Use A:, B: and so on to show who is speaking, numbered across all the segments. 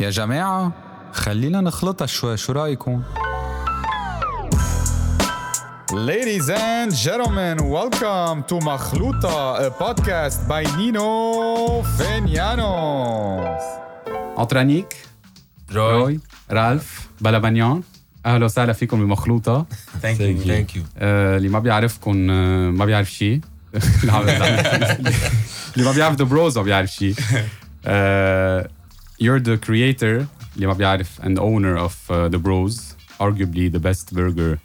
A: يا جماعة خلينا نخلطها شوي شو رأيكم؟
B: Ladies and gentlemen, welcome to Makhluta, a podcast by Nino Fenianos.
A: أطرانيك روي رالف بلبنيان أهلا وسهلا فيكم بمخلوطة
C: Thank, you. Thank you.
A: آه، اللي ما بيعرفكم آه، ما بيعرف شيء اللي عم- اللي ما بيعرف ذا بروز ما بيعرف شيء آه، Eh, you're the creator اللي ما بيعرف and owner of uh, the bros arguably the best burger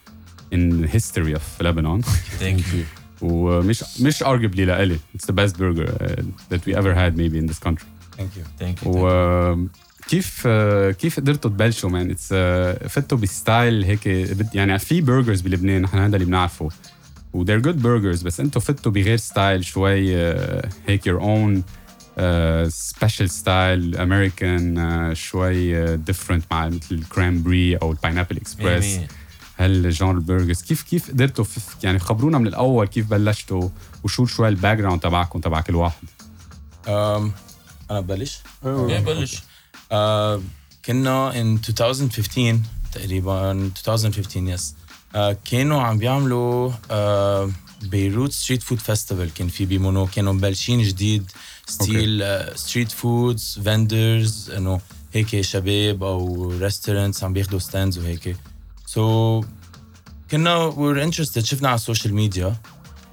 A: in history of Lebanon
C: Thank you.
A: ومش مش arguably لإلي it's the best burger uh, that we ever had maybe in this country
C: Thank you. Thank you.
A: وكيف كيف قدرتوا تبلشوا مان اتس فتوا بستايل هيك بد- يعني في برجرز بلبنان نحن هذا اللي بنعرفه و they're good burgers بس انتوا فتوا بغير ستايل شوي آه، هيك your own آه، special style American آه، شوي آه، different مع مثل الكرام بري او الباينابل اكسبرس
C: مية مية.
A: هالجانر برجرز كيف كيف قدرتوا ف- يعني خبرونا من الاول كيف بلشتوا وشو شوي الباك جراوند تبعكم تبع كل واحد
D: Um, انا ببلش
C: يا بلش
D: uh, كنا in 2015 تقريبا 2015 يس uh, كانوا عم بيعملوا uh, بيروت ستريت فود فيستيفال كان في بمونو كانوا مبلشين جديد uh, ستيل ستريت فودز فندرز انه هيك شباب او ريستورانتس عم بياخذوا ستاندز وهيك سو so, كنا we were interested شفنا على السوشيال ميديا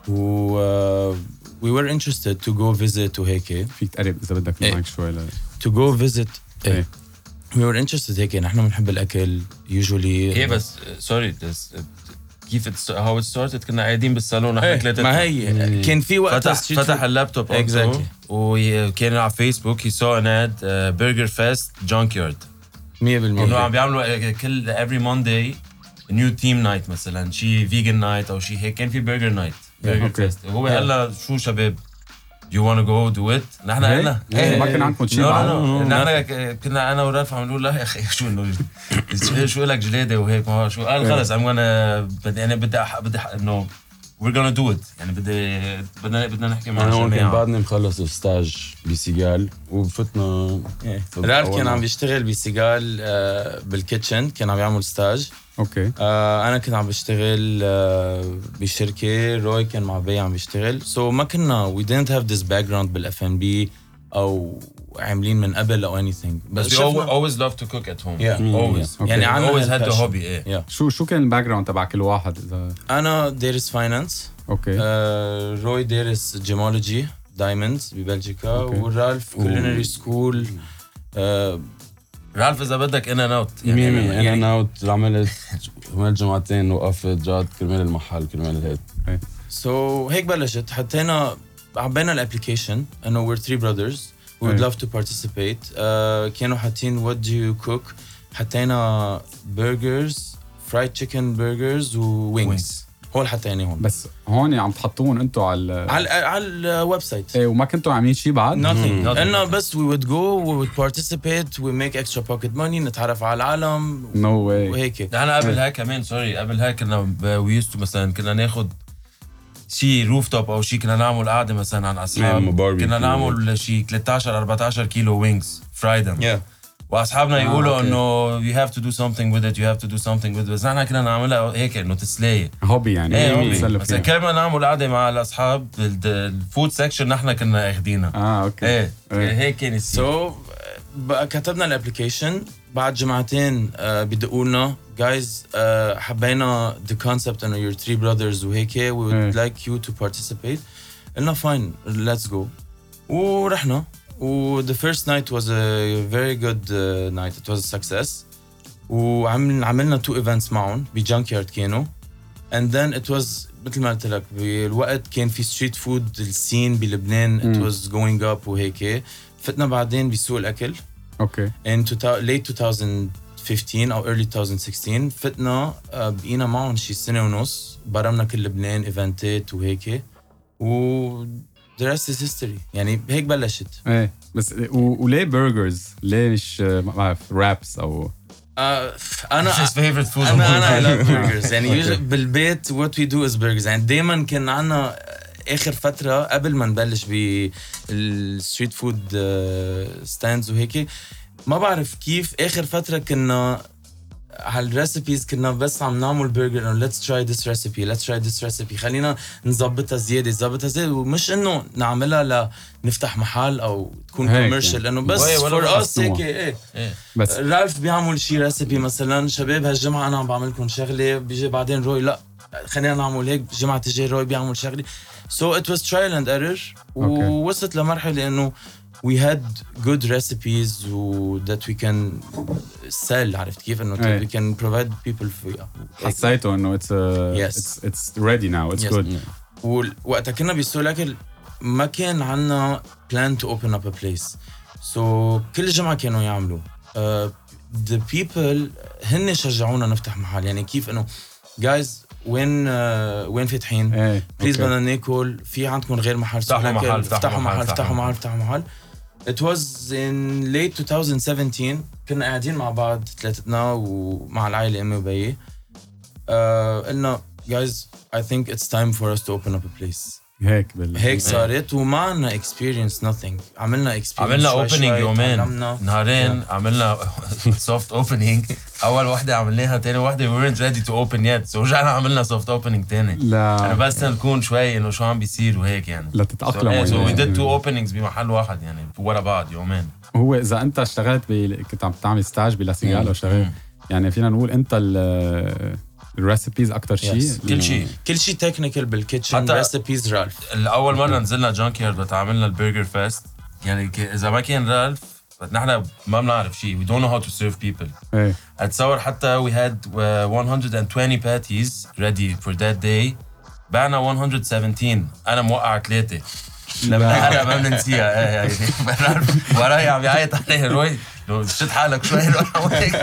D: و uh, we were interested to go visit وهيك
A: فيك تقرب اذا بدك
D: إيه.
A: معك شوي ل...
D: to go visit
A: إيه.
D: إيه. we were interested هيك نحن بنحب الاكل usually
C: هي بس سوري كيف هاو ات ستارتد كنا قاعدين بالصالون
D: إيه،
C: نحن ثلاثه
D: ما هي كان في وقت
C: فتح فتح اللابتوب
D: Exactly.
C: اكزاكتلي وكان على فيسبوك هي سو ان اد برجر فيست جانك يارد
D: 100%
C: انه عم بيعملوا uh, كل every Monday نيو تيم نايت مثلا شي فيجن نايت او شي هيك كان في برجر نايت برجر
A: أوكي.
C: فيست هو قال شو شباب you wanna go do it؟ نحن
A: إيه؟
C: قلنا
A: إيه،
C: إيه.
A: ما كان عندكم شي
C: No, no,
A: معه.
C: no. نحن ك- نعم. كنا انا ورالف عم نقول لا يا اخي شو انه شو- شو لك جلاده وهيك ما هو شو قال خلص I'm gonna بدي انا بدي أح- بدي أح- انه we're gonna do it يعني بدي بدنا بدنا نحكي مع
D: يعني
E: انا هون كان
C: الجماعه
E: بعدني مخلص الستاج بسيجال وفتنا
D: رالف إيه. كان عم بيشتغل بسيجال آه، بالكيتشن كان عم يعمل ستاج
A: اوكي
D: آه، انا كنت عم بشتغل آه، بشركه روي كان مع بي عم بيشتغل سو so ما كنا we didn't have this background بالاف ان بي او عاملين من قبل او anything
C: بس
D: بس
C: we
D: شفنا
C: always love to cook at home
D: Yeah.
C: always
A: Okay.
D: يعني عنا
C: always had the
D: passion.
C: hobby ايه
D: Yeah.
A: شو شو كان الباك جراوند تبع كل واحد اذا
D: انا دارس فاينانس
C: Eh.
A: اوكي
D: آه، روي دارس جيمولوجي دايموندز ببلجيكا
A: أوكي.
D: ورالف كولينري سكول آه،
C: رالف اذا بدك ان اند اوت
E: مية مية
C: يعني
E: انا ناوت عملت عملت جمعتين وقفت جات كرمال المحل كرمال هيك
D: سو هيك بلشت حطينا عبينا الابلكيشن انه وير ثري براذرز وي would
A: أي.
D: love to participate آه، كانوا حاطين وات دو يو كوك حطينا برجرز فرايد تشيكن برجرز ووينجز هو اللي حطيناه هون
A: بس هون عم تحطون انتم على
C: Ah.
D: على على الويب سايت
A: ايه وما كنتوا عاملين شيء بعد؟
D: nothing
C: nothing.
D: قلنا بس we would go we would participate we make extra pocket money نتعرف على العالم
A: نو
C: Eh,
A: واي
D: وهيك
C: نحن
E: إيه.
C: قبل هاي كمان سوري قبل هاي كنا ويست مثلا كنا ناخد شي روف توب او شي كنا نعمل قعده مثلا عن
E: نعمل
C: اصحاب
E: barbecue.
C: كنا نعمل شي 13 14 كيلو وينجز فرايدم
E: آه،
C: واصحابنا يقولوا انه you have to do something with it you have to do something with it بس نحن كنا نعملها هيك انه تسلايه
A: هوبي يعني
C: ايه
A: نتسلى
C: بس
A: فيها.
C: كنا نعمل قعده مع الاصحاب الفود سكشن نحن كنا اخدينها
A: اه اوكي
C: ايه هيك كان السيرة.
D: سو كتبنا الابلكيشن بعد جمعتين آه، بدقوا لنا جايز حبينا ذا كونسبت انه يور ثري براذرز وهيك وي
A: إيه.
D: وود لايك يو تو بارتيسيبيت قلنا فاين ليتس جو ورحنا و the first night was a very good uh, night it was a success وعمل عملنا تو ايفنتس معهم بجانك يارد كانوا and then it was مثل ما قلت لك بالوقت كان في ستريت فود السين بلبنان it
A: مم.
D: was going up وهيك فتنا بعدين بسوق الاكل
A: اوكي
D: in 2000 late 2015 او early 2016 فتنا آه، بقينا معهم شي سنه ونص برمنا كل لبنان ايفنتات وهيك و the rest is history يعني هيك بلشت
A: ايه بس و... وليه برجرز؟ ليه مش آه، ما بعرف رابس او
D: آه، انا
C: It's his favorite food
D: انا انا
C: on
D: I
C: the
D: love burgers يعني usually بالبيت what we do is burgers يعني دائما كان عنا اخر فتره قبل ما نبلش بالستريت فود ستاندز آه، وهيك ما بعرف كيف اخر فتره كنا على الريسبيز كنا بس عم نعمل برجر انه ليتس تراي ذيس ريسبي ليتس تراي ذيس ريسبي خلينا نظبطها زياده نظبطها زياده ومش انه نعملها لنفتح محل او تكون
A: هيك
D: كوميرشال انه بس
C: ولا- ولا
D: فور اس
A: مقسومة.
D: هيك ايه
C: إيه.
A: بس
D: رالف بيعمل شي ريسبي مثلا شباب هالجمعه انا عم بعمل لكم شغله بيجي بعدين روي لا خلينا نعمل هيك الجمعه الجاي روي بيعمل شغله سو ات واز ترايل اند ايرور
A: أوكي.
D: ووصلت لمرحله انه we had good recipes و that we can sell عرفت كيف انه
A: إيه.
D: we can provide people for
C: Eh,
A: حسيته انه اتس
D: Yes.
A: اتس اتس ريدي ناو اتس
D: Yes.
A: جود
D: ووقتها كنا بسول اكل ما كان عنا plan to open up a place سو so, كل جمعه كانوا يعملوا uh, the people هن شجعونا نفتح محل يعني كيف انه جايز وين uh, وين فاتحين
A: ايه
D: بليز
A: أوكي.
D: بدنا ناكل في عندكم غير محل
C: افتحوا
D: سوبر ماركت؟
C: محل، افتحوا
D: افتحوا
C: محل،
D: محل افتحوا
C: افتحوا
D: محل افتحوا محل It was in late 2017 كنا قاعدين مع بعض ثلاثتنا ومع العائلة أمي وبيي آه، قلنا guys I think it's time for us to open up a place
A: هيك بال
D: هيك صارت وما عنا experience nothing عملنا experience
C: عملنا
D: شوي
C: اوبننج
D: شوي،
C: يومين
D: تعلمنا.
C: نهارين عملنا سوفت اوبننج اول واحده عملناها تاني واحده وي weren't ready to open yet سو رجعنا عملنا سوفت اوبننج تاني انا
A: لا
C: بس نكون شوي انه شو عم بيصير وهيك يعني
A: لتتأقلموا
C: سو وي
A: يعني.
C: ديد تو اوبننجز بمحل واحد يعني ورا بعض يومين
A: هو اذا انت اشتغلت ب... كنت عم تعمل ستاج بلاسيغال او شغله
D: Mm.
A: يعني فينا نقول انت الريسبيز اكثر شيء
D: Yes.
C: كل شيء
D: كل شيء technical بالكيتشن
C: حتى-
D: recipes رالف
C: الاول مره نزلنا جانك يارد وقت عملنا البرجر فيست يعني ك- اذا ما كان رالف نحن ما بنعرف شيء وي دونت نو هاو تو سيرف بيبل
A: ايه
C: اتصور حتى we had uh, 120 patties ready for that day بعنا 117 انا موقع ثلاثه لما انا ما بننسيها إيه، يعني بعرف وراي عم يعيط علي روي لو شد حالك شوي روح عم هيك.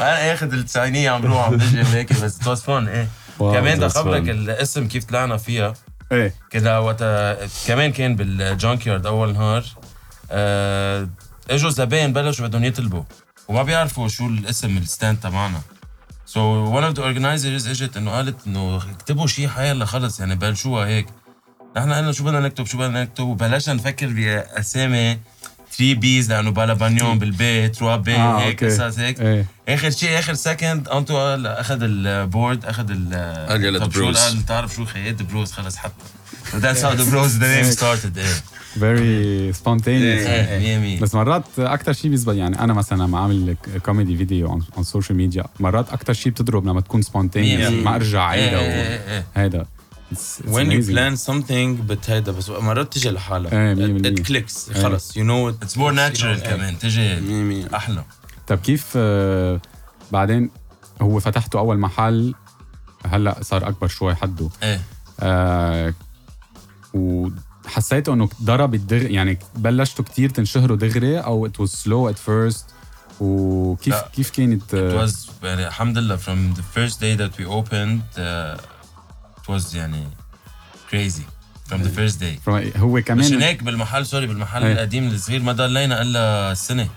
C: انا اخذ التسعينية عم بروح عم بجي وهيك بس it was fun ايه
A: واو،
C: كمان
E: it was
C: دخلك
E: fun.
C: الاسم كيف طلعنا فيها
A: ايه
C: كده وقتها كمان كان بالجانك يارد اول نهار آه، اجوا زباين بلشوا بدهم يطلبوا وما بيعرفوا شو الاسم الستاند تبعنا سو ون اوف ذا اورجنايزرز اجت انه قالت انه اكتبوا شيء حيلا خلص يعني بلشوها هيك نحن قلنا شو بدنا نكتب شو بدنا نكتب وبلشنا نفكر باسامي 3 بيز لانه بالا بانيون بالبي 3 بي
A: آه،
C: هيك
A: أوكي.
C: قصص هيك
A: ايه
C: اخر شيء اخر سكند انتو قال- اخذ البورد اخذ ال
E: قال يلا
C: طب شو
E: بروز.
C: قال تعرف شو خيات بروز خلص حتى That's how the bros the name started ايه
A: فيري سبونتينيوس
D: إيه.
C: ايه مية مية
A: بس مرات اكثر شيء بيزبط يعني انا مثلا لما اعمل كوميدي فيديو عن عن السوشيال ميديا مرات اكثر شيء بتضرب لما تكون
C: مية
A: سبونتينيوس
C: مية.
A: ما ارجع
C: ايه
A: عيدها
C: ايه ايه
A: هيدا
D: when you plan something بتهيدا بس مرات بتجي لحالها
A: إيه، مية
D: it,
A: بالمية. آه.
D: it clicks خلص you know it-
C: It's more
D: you
C: natural
D: know,
C: كمان تجي احلى
A: طب طيب كيف آه، بعدين هو فتحته اول محل هلا صار اكبر شوي حده
C: ايه
A: آه، وحسيته انه ضرب الدغ يعني بلشتوا كتير تنشهروا دغري او ات واز سلو ات فيرست وكيف
C: لا.
A: كيف كانت
C: It
A: آه،
C: was يعني الحمد لله from the first day that we opened uh, it was يعني crazy from the first day
A: from- هو
C: مشان
A: كمان
C: هيك بالمحل سوري بالمحل
A: إيه.
C: القديم الصغير ما ضلينا الا سنه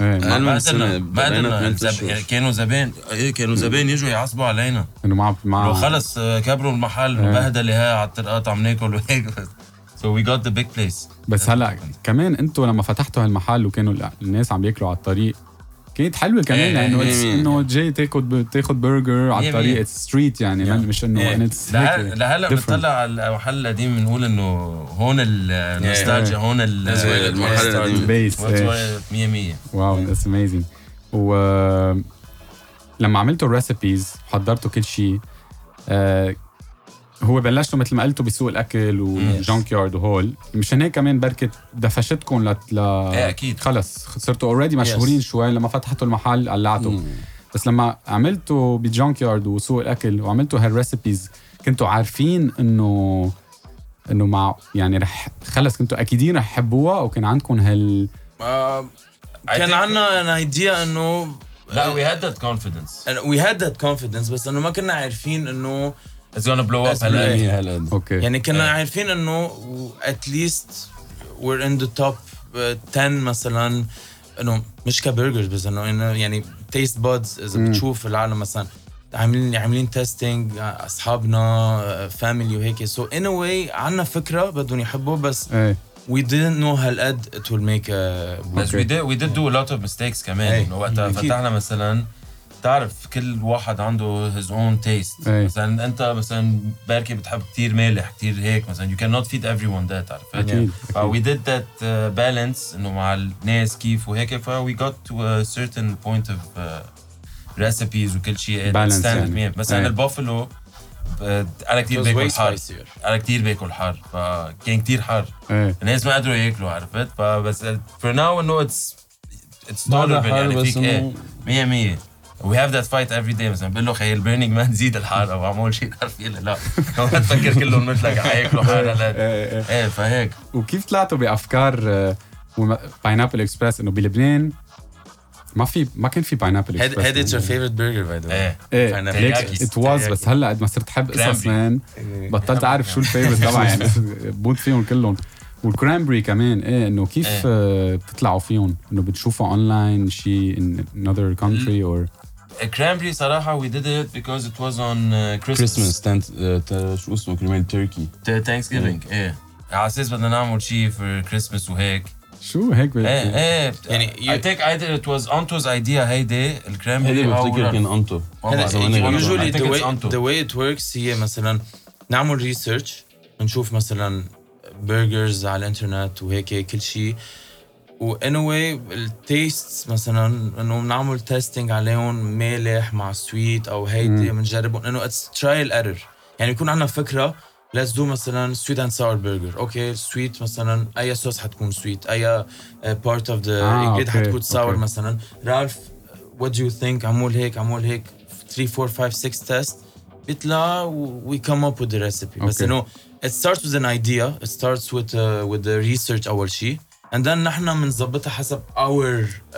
A: إيه،
E: أنا-
A: ما-
E: أقل من
C: ما
E: سنة،
C: قدرنا ما
E: بقينا
C: قدرنا
E: ثمان
C: زب-
E: أشهر.
C: يعني كانوا زبائن ايه كانوا زبائن يجوا يعصبوا علينا
A: انه ما ما
C: لو خلص آه، كبروا المحل وبهدله ها على الطرقات عم ناكل وهيك بس So we got the big place
A: بس هلا كمان انتوا لما فتحتوا هالمحل وكانوا ال- الناس عم ياكلوا على الطريق كانت حلوه كمان
C: إيه،
A: لانه
E: إيه،
A: it's-
E: إيه.
A: انه جاي تاخد تاخد برجر على
C: إيه،
A: الطريق
C: إيه.
A: اتس ستريت يعني ما- مش انه
D: إيه.
A: and it's
C: لهل-
A: هيك.
C: لهلا
A: different.
C: بنطلع على المحل القديم بنقول انه هون النوستالجيا هون ال-
E: That's why
C: آه،
E: المحل
C: started.
E: القديم.
A: Base،
C: That's
A: إيه.
C: why 100 100
A: واو ذاتس اميزنج و لما عملتوا الريسبيز وحضرتوا كل شيء آه، هو بلشتوا مثل ما قلتوا بسوق الاكل وجانك يارد وهول مشان هيك كمان بركة دفشتكم لت ل
C: إيه، أكيد.
A: خلص صرتوا اوريدي مشهورين شوي لما فتحتوا المحل قلعتوا بس لما عملتوا بجانك يارد وسوق الاكل وعملتوا هالريسبيز كنتوا عارفين انه انه مع يعني رح خلص كنتوا اكيدين رح يحبوها وكان عندكم هال
D: آه،
C: I
D: كان
C: think-
D: عندنا ان ايديا انه
C: لا we had that confidence
D: وي هاد ذات كونفيدنس بس انه ما كنا عارفين انه
C: it's gonna blow up
D: That's
C: هلا
D: brilliant.
E: هلا
A: اوكي
D: يعني كنا
C: إيه.
D: عارفين انه اتليست وير ان ذا توب 10 مثلا انه مش كبرجرز بس انه إنه يعني تيست بادز اذا بتشوف العالم مثلا عاملين عاملين uh, تيستينج uh, اصحابنا فاميلي وهيك سو ان واي عندنا فكره بدهم يحبوا بس
A: ايه
D: we didn't know هالقد it will make a
C: بس وي ديد وي ديد دو لوت اوف ميستيكس كمان
D: إيه.
C: انه وقتها
D: أكيد.
C: فتحنا مثلا تعرف كل واحد عنده هيز اون تيست
A: إيه.
C: مثلا انت مثلا بركي بتحب كتير مالح كتير هيك مثلا يو كان نوت فيد ايفري ون ذات عرفت
A: أكيد،
C: وي ديد ذات بالانس انه uh, مع الناس كيف وهيك فوي جوت تو سيرتن بوينت اوف ريسبيز uh, وكل شيء
A: Balance
C: standard
A: يعني.
C: مية. مثلا
A: إيه.
C: البافلو آه، انا
D: it
C: كتير
D: was way
C: باكل حار
D: spicier
C: انا كتير باكل حار فكان كتير حار
A: ايه
C: الناس ما قدروا ياكلوا عرفت فبس فور ناو انه اتس اتس
E: بعدها
C: tolerable
E: حار
C: يعني
E: بس
C: فيك ايه
E: إنه-
C: 100 100 وي هاف ذات فايت افري داي مثلا بقول له خيل بيرنينج مان زيد الحاره وعمول شيء نار فيه لا ما تفكر كلهم مثلك حياكلوا حاره لا
A: ايه ايه
C: ايه فهيك
A: وكيف طلعتوا بافكار باينابل اكسبرس انه بلبنان ما في ما كان في باينابل
D: هاد
A: اكسبرس
D: هاد it's your favorite burger by the way
C: ايه
A: ايه
D: Pineapple
A: ليك
C: Teriyaki.
A: ات واز بس
C: Teriyaki.
A: هلا قد ما صرت حب قصص
C: Cranberry. إيه،
A: مان بطلت اعرف شو الفيفرت تبعي يعني بموت فيهم كلهم والكرامبري كمان ايه انه كيف
C: إيه.
A: آه، بتطلعوا فيهم انه بتشوفوا اونلاين شيء in another country
C: إيه.
A: or
C: كرامبري صراحه وي ديد ات بيكوز ات واز اون
E: كريسماس
C: كريسمس
E: تنت آه، شو اسمه كرمال تركي
C: ثانكس جيفينج ايه على اساس بدنا نعمل شيء في كريسمس وهيك
A: شو هيك بال-
C: ايه ايه
D: يعني
C: يعني اي
D: you-
C: ثينك ايذر ات واز انتوز ايديا هيدي
E: هيدي
C: الكرامبري
E: بفتكر كان انتو
D: إيه،
C: والله.
E: زمان
D: usually
C: I think
D: the
C: it's
D: way
C: Anto.
D: the way it works هي مثلا نعمل ريسيرش نشوف مثلا برجرز على الانترنت وهيك كل شيء و anyway التيست مثلا انه بنعمل تيستينج عليهم مالح مع سويت او هيدي بنجربهم انه اتس ترايل ايرور يعني يكون عندنا فكره ليتس دو مثلا سويت اند ساور برجر اوكي سويت مثلا اي صوص حتكون سويت اي بارت اوف
A: آه،
D: ذا
A: أوكي،
D: حتكون ساور
A: أوكي.
D: مثلا رالف وات دو يو ثينك عمول هيك عمول هيك 3 4 5 6 تيست بيطلع وي كم اب وذ ريسيبي بس
A: Okay.
D: انه it starts with an idea it starts with uh, with the research اول شيء and then نحن بنظبطها حسب our uh,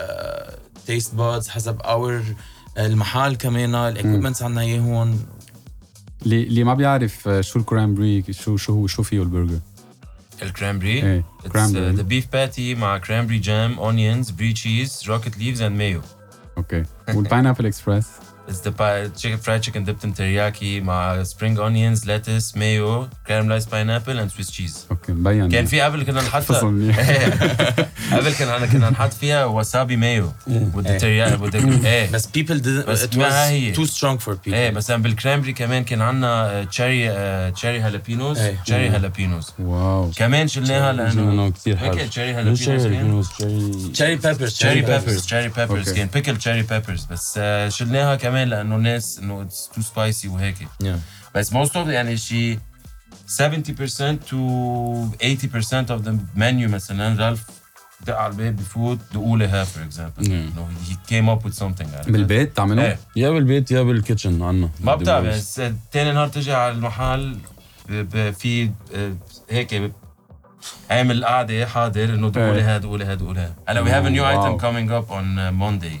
D: taste buds حسب our المحل كمان
C: Hmm.
D: الايكوبمنتس عندنا اياه هون
A: اللي اللي ما بيعرف آه، شو الكرامبري شو شو هو شو فيه البرجر
C: الكرامبري
A: إيه، cranberry.
C: ذا بيف باتي مع كرامبري جام اونيونز بري تشيز روكت ليفز اند مايو
A: اوكي والباينابل اكسبرس
C: It's the pie, chicken, fried chicken dipped in teriyaki مع spring onions, lettuce, mayo, caramelized pineapple and Swiss cheese.
A: اوكي مبين
C: كان في قبل كنا
A: فصل
C: نحطها
A: منيح.
C: قبل كنا كنا نحط فيها واسابي مايو وذا teriyaki وذا ايه
D: إيه، بس people didn't
C: بس
D: it
C: ما
D: was
C: هي.
D: too strong for people
C: ايه مثلا بالكرامبري كمان كان آه، عندنا تشيري تشيري هالابينوز
D: إيه.
C: تشيري هالابينوز
A: واو
C: كمان شلناها لانه
E: انه كثير حلو
C: هيك تشيري
E: مش شيء
C: هالابينوز كان
E: هالبينوس شيء
D: cherry peppers
C: تشيري بيبرز تشيري بيبرز
A: Okay.
C: كان بيكل تشيري بيبرز بس آه، شلناها كمان لانه الناس انه اتس تو سبايسي وهيك
D: Yeah.
C: بس موست اوف يعني شي 70% تو 80% of the menu مثلا رالف دق على الباب بفوت دقوا لها فور اكزامبل انه هي كيم اب وذ سمثينج
A: بالبيت تعملوه؟
C: ايه
E: يا بالبيت يا بالكيتشن عنا
C: ما بتعرف بس آه، تاني نهار تجي على المحل ب- ب- في آه، هيك ب- عامل قعده حاضر انه دقوا
A: إيه.
C: لها دقوا لها دقوا لها هلا we have a new
A: واو.
C: item coming up on آه، Monday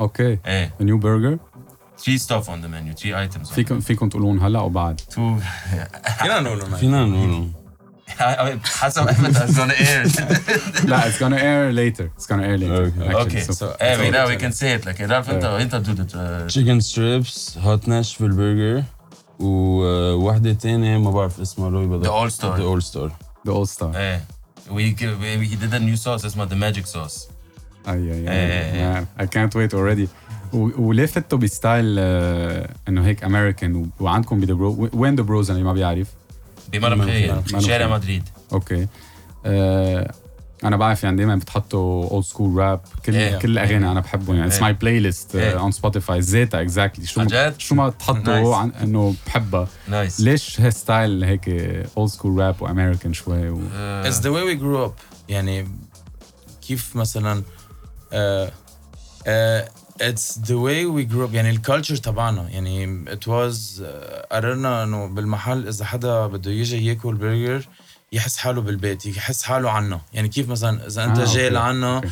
A: اوكي
C: ايه
A: نيو برجر
C: three stuff on the menu, three items. On.
A: فيكم فيكم تقولون هلا او بعد
C: Two.
D: فينا نقول معي.
E: فينا نقول
C: حسب احمد is on air.
A: لا it's gonna air later it's gonna air later
E: Okay.
A: Actually,
C: Okay.
A: so-
C: So, I mean, now we can say it. Like, Ralph, انت انت do it. uh,
E: تشيكن ستريبس هوت ناشفيل برجر وواحدة آه، تانية ما بعرف اسمها لوي
C: The
E: بالضبط
C: All Star.
E: ذا اول ستار
A: the all star
C: ايه. We, give- we, we did a new sauce اسمها the magic sauce.
A: اي اي
C: إيه.
A: اي I can't wait already و- وليه فتوا بستايل آه، انه هيك امريكان وعندكم بذا برو وين ذا بروز اللي ما بيعرف
C: بمرة مخيل
A: مانو
C: شارع
A: خيال.
C: مدريد.
A: اوكي آه، انا بعرف يعني دايما بتحطوا اولد سكول راب كل
C: إيه.
A: كل الاغاني انا بحبهم يعني اتس
C: إيه.
A: ماي بلاي ليست
C: إيه.
A: اون سبوتيفاي زيتا اكزاكتلي شو ما
C: عن جد؟
A: شو ما تحطوا
C: Nice.
A: عن انه بحبها
C: نايس.
A: ليش هالستايل هيك اولد سكول راب وامريكان شوي و...
D: It's the way we grew up يعني كيف مثلا uh, uh, it's the way we grew up يعني الكالتشر تبعنا يعني it was uh, قررنا انه بالمحل اذا حدا بده يجي ياكل برجر يحس حاله بالبيت يحس حاله عنا يعني كيف مثلا اذا انت
A: آه،
D: آه جاي
A: أوكي،
D: لعنا آه،
A: أوكي.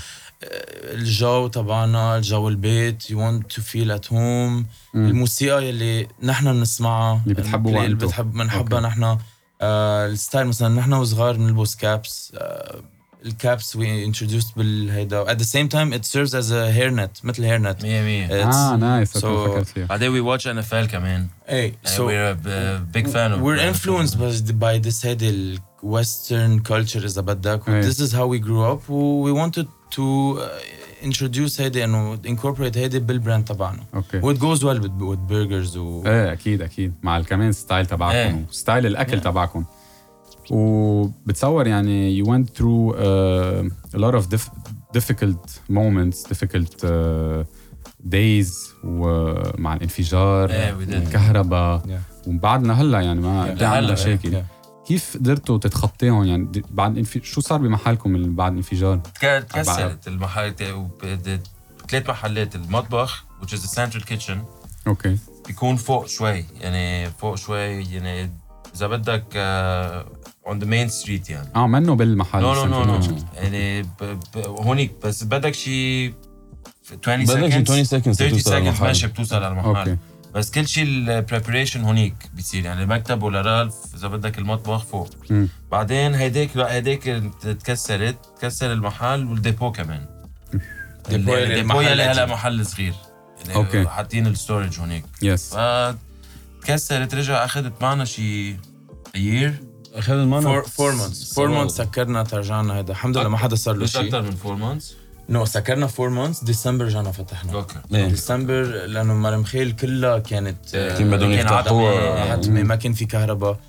D: الجو تبعنا الجو البيت you want to feel at home الموسيقى يلي نحن بنسمعها
A: اللي بتحبوها
D: البلاي- اللي
A: أنتو.
D: بتحب بنحبها
A: أوكي.
D: نحن آه الستايل مثلا نحن وصغار بنلبس كابس آه الكابس وي انتروديوست بالهيدا ات ذا سيم تايم ات سيرفز از ا هير نت مثل هير نت
C: 100%
A: اه نايس
D: so-
A: فكرت فيها
C: بعدين وي واتش ان اف ال كمان
D: اي
C: يعني
D: سو
C: we're a b- big fan of
D: إيه، We're influenced by, by this هيدي ال- Western culture إذا بدك.
A: أي.
D: This is how we grew up. We wanted to uh, introduce هيدي إنه incorporate هيدي بالبراند تبعنا.
A: اوكي
D: What goes well with, with burgers و
A: ايه اكيد اكيد مع كمان ستايل تبعكم
C: إيه.
A: ستايل الاكل تبعكم وبتصور يعني you went through uh, a lot of dif difficult moments difficult uh, days ومع الانفجار
C: إيه، we did.
A: والكهرباء
D: Yeah.
A: وبعدنا هلا يعني ما
C: Yeah.
A: في عنا
C: لهلا،
A: مشاكل كيف قدرتوا تتخطيهم يعني د- بعد الانف- شو صار بمحلكم من بعد الانفجار؟
C: تك- تكسرت المحل ثلاث محلات المطبخ which is the central kitchen
A: اوكي
C: بيكون فوق شوي يعني فوق شوي يعني اذا بدك آه، on the main street يعني
A: اه منه بالمحل
C: نو نو نو
A: السنتر.
C: نو يعني ب- ب- هونيك بس بدك شيء 20
E: بدك شي 20
C: seconds
E: seconds
C: 30
E: لتوصل
C: seconds
E: للمحل.
C: ماشي بتوصل على
A: اوكي
C: المحل بس كل شيء البريبريشن هونيك بيصير يعني المكتب ولا رالف اذا بدك المطبخ فوق
A: مم.
C: بعدين هيداك لا هيداك تكسرت تكسر المحل والديبو كمان
D: ديبو
C: ال-
D: يلي
C: الديبو يلي
D: محل
C: هلا
D: قديم.
C: محل صغير يعني
A: أوكي.
C: حاطين الستورج هونيك
A: يس
C: فتكسرت آه، رجع اخذت معنا شي year
E: اخذ المانا
D: Four, four months. Four months سكرنا ترجعنا هيدا. الحمد لله ما حدا صار له
C: مش
D: شيء.
C: اكثر من 4 months
D: نو سكرنا فور مونثs ديسمبر رجعنا فتحنا.
C: اوكي
E: إيه.
D: ديسمبر لأنه مرمخيل كلها كانت آه،
E: كان بدهم
C: كان
E: يفتحوها
C: عتمة.
D: عتمه ما كان في كهرباء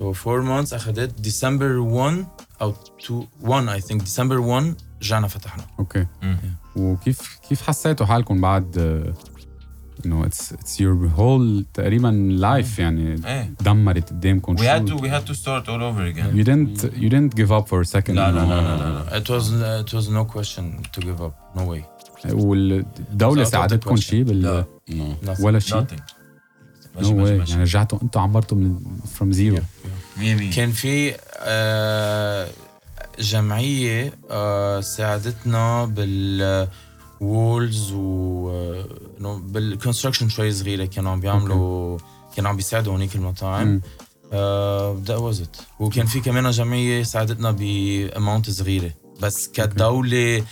D: so four months اخذت ديسمبر 1 او 2 1 اي ثينك ديسمبر 1 رجعنا فتحنا
A: اوكي
C: مم.
A: وكيف كيف حسيتوا حالكم بعد آه، انه اتس اتس يور هول تقريبا لايف يعني
C: ايه
A: دمرت قدامكم
C: We had to we had to start all over again.
A: You didn't you didn't give up for a second
C: لا لا لا لا لا.
D: it was it was no question to give up no way
A: والدولة
D: Without
A: ساعدتكم
D: question.
A: شيء بال
C: لا.
E: No.
D: nothing
A: ولا شيء
C: Nothing.
A: no
C: ماشي ماشي
A: way يعني
C: ماشي.
A: رجعتوا انتوا عمرتوا من from zero
C: مية مية.
D: كان في آه، جمعيه آه، ساعدتنا بال وولز و آه، إنه بالكونستراكشن شوي صغيره كانوا عم بيعملوا كانوا عم بيساعدوا هونيك المطاعم آه، ذات واز ات وكان في كمان جمعيه ساعدتنا باماونت صغيره بس كدوله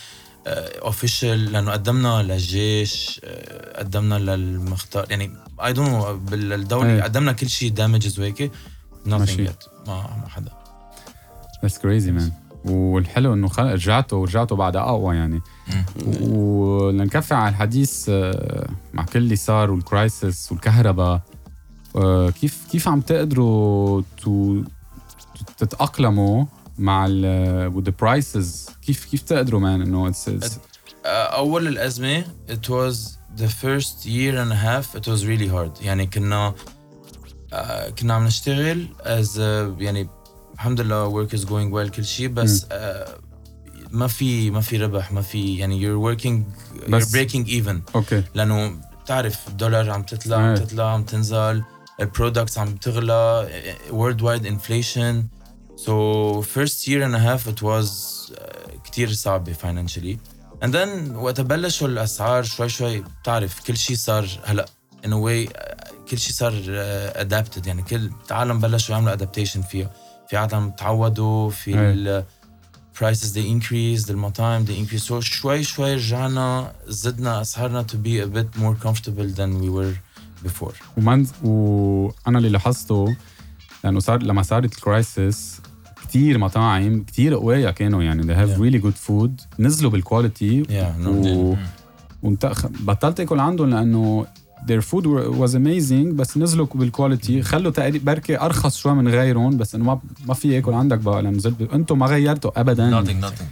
D: اوفيشال لانه آه، قدمنا للجيش آه، قدمنا للمختار يعني اي دونت نو بالدوله
A: إيه.
D: قدمنا كل شيء دامجز وهيك
A: ماشي.
D: nothing yet ما ما حدا
A: That's crazy man والحلو انه خلق رجعتوا ورجعتوا بعد اقوى يعني ولنكفي على الحديث آه، مع كل اللي صار والكرايسس والكهرباء آه، كيف كيف عم تقدروا تو- تتاقلموا مع ال with the prices كيف كيف تقدروا مان انه it's- it's-
D: اول الازمه آه، it was the first year and a half it was really hard يعني كنا آه، كنا عم نشتغل as a- يعني الحمد لله work is going well كل شيء بس آه، ما في ما في ربح ما في يعني you're working
A: بس-
D: you're breaking even
A: اوكي
D: لانه بتعرف الدولار عم تطلع عم
A: إيه.
D: تطلع عم تنزل البرودكتس عم تغلى worldwide وايد انفليشن سو فيرست year and a half it was آه، كتير صعبه financially and then وقت بلشوا الاسعار شوي شوي بتعرف كل شيء صار هلا in a way آه، كل شيء صار آه، adapted يعني كل العالم بلشوا يعملوا adaptation فيها في عالم تعودوا في
A: إيه.
D: ال prices they increased المطاعم they increased so شوي شوي رجعنا زدنا اسعارنا to be a bit more comfortable than we were before
A: ومن وانا اللي لاحظته لانه صار لما صارت الكرايسيس كثير مطاعم كثير قوايا كانوا يعني they have
D: Yeah.
A: really good food نزلوا بالكواليتي
D: yeah no.
A: و... وانت خ- بطلت اكل عندهم لانه their food were- was amazing بس نزلوا
D: Mm.
A: بالكواليتي خلوا تقريبا بركي ارخص شوي من غيرهم بس انه ما ما في اكل عندك بقى لانه زلت انتم ما غيرتوا ابدا
C: Nothing nothing.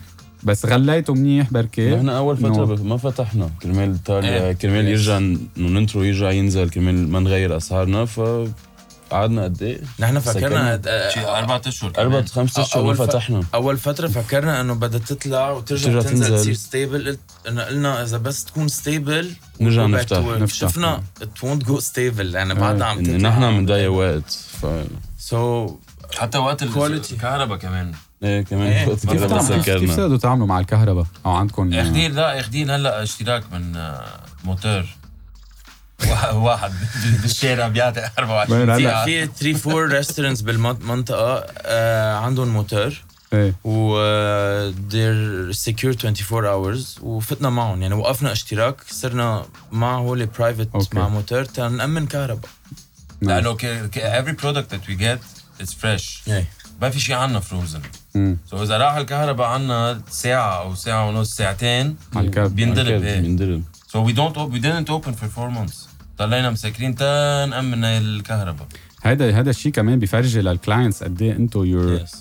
A: بس غليتوا منيح بركي
E: إيه. نحن اول فتره
A: نو.
E: no. ما فتحنا كرمال ايطاليا
C: إيه.
E: كرمال
C: Yes.
E: يرجع ن- ننترو يرجع ينزل كرمال ما نغير اسعارنا ف قعدنا قد ايه؟
D: نحن فكرنا
E: سكرنا.
D: قد- آه،
C: شي أربعة أشهر كمان.
E: اربع خمس
D: يعني أ-
E: اشهر ما
D: أول ف-
E: فتحنا
D: اول فتره فكرنا انه بدها تطلع وترجع
E: ترجع
D: تنزل
E: تنزل.
D: تصير ستيبل قلت انه قلنا اذا بس تكون ستيبل
E: نرجع نفتح.
A: نفتح.
D: شفنا it won't go stable يعني بعدها عم
E: إن
D: تطلع
E: نحن عم نضيع وقت ف
D: so
C: حتى وقت ال-
D: Quality.
C: الكهرباء كمان
E: ايه كمان
D: إيه.
E: الوقت
A: كيف
E: كده
A: تعملوا- كيف كيف
E: سكرنا
A: تقدروا تعملوا مع الكهرباء او عندكم
C: اخدين لا اخدين هلا اشتراك من آه، موتور وا- واحد بال- بالشارع بيعطي 24
A: وين هلا؟
C: ساعة
D: في في 3 4 ريستورنتس بالمنطقه آه عندهم موتور
A: ايه
D: و uh, they're secure 24 hours وفتنا معهم يعني وقفنا اشتراك صرنا مع هول برايفت
A: أوكي.
D: مع موتور تنأمن كهرباء
C: لانه ك- ك- every product that we get is fresh
D: ايه
C: ما في شيء عنا فروزن
A: مم.
C: سو اذا راح الكهرباء عنا ساعه او ساعه ونص ساعتين
A: على الكاب.
C: بينضرب ايه
E: بيندرب
C: سو وي دونت we didn't open for four months ضلينا مسكرين تنأمن الكهرباء
A: هذا هذا الشيء كمان بفرجي للكلاينتس قد ايه انتو يور
D: يس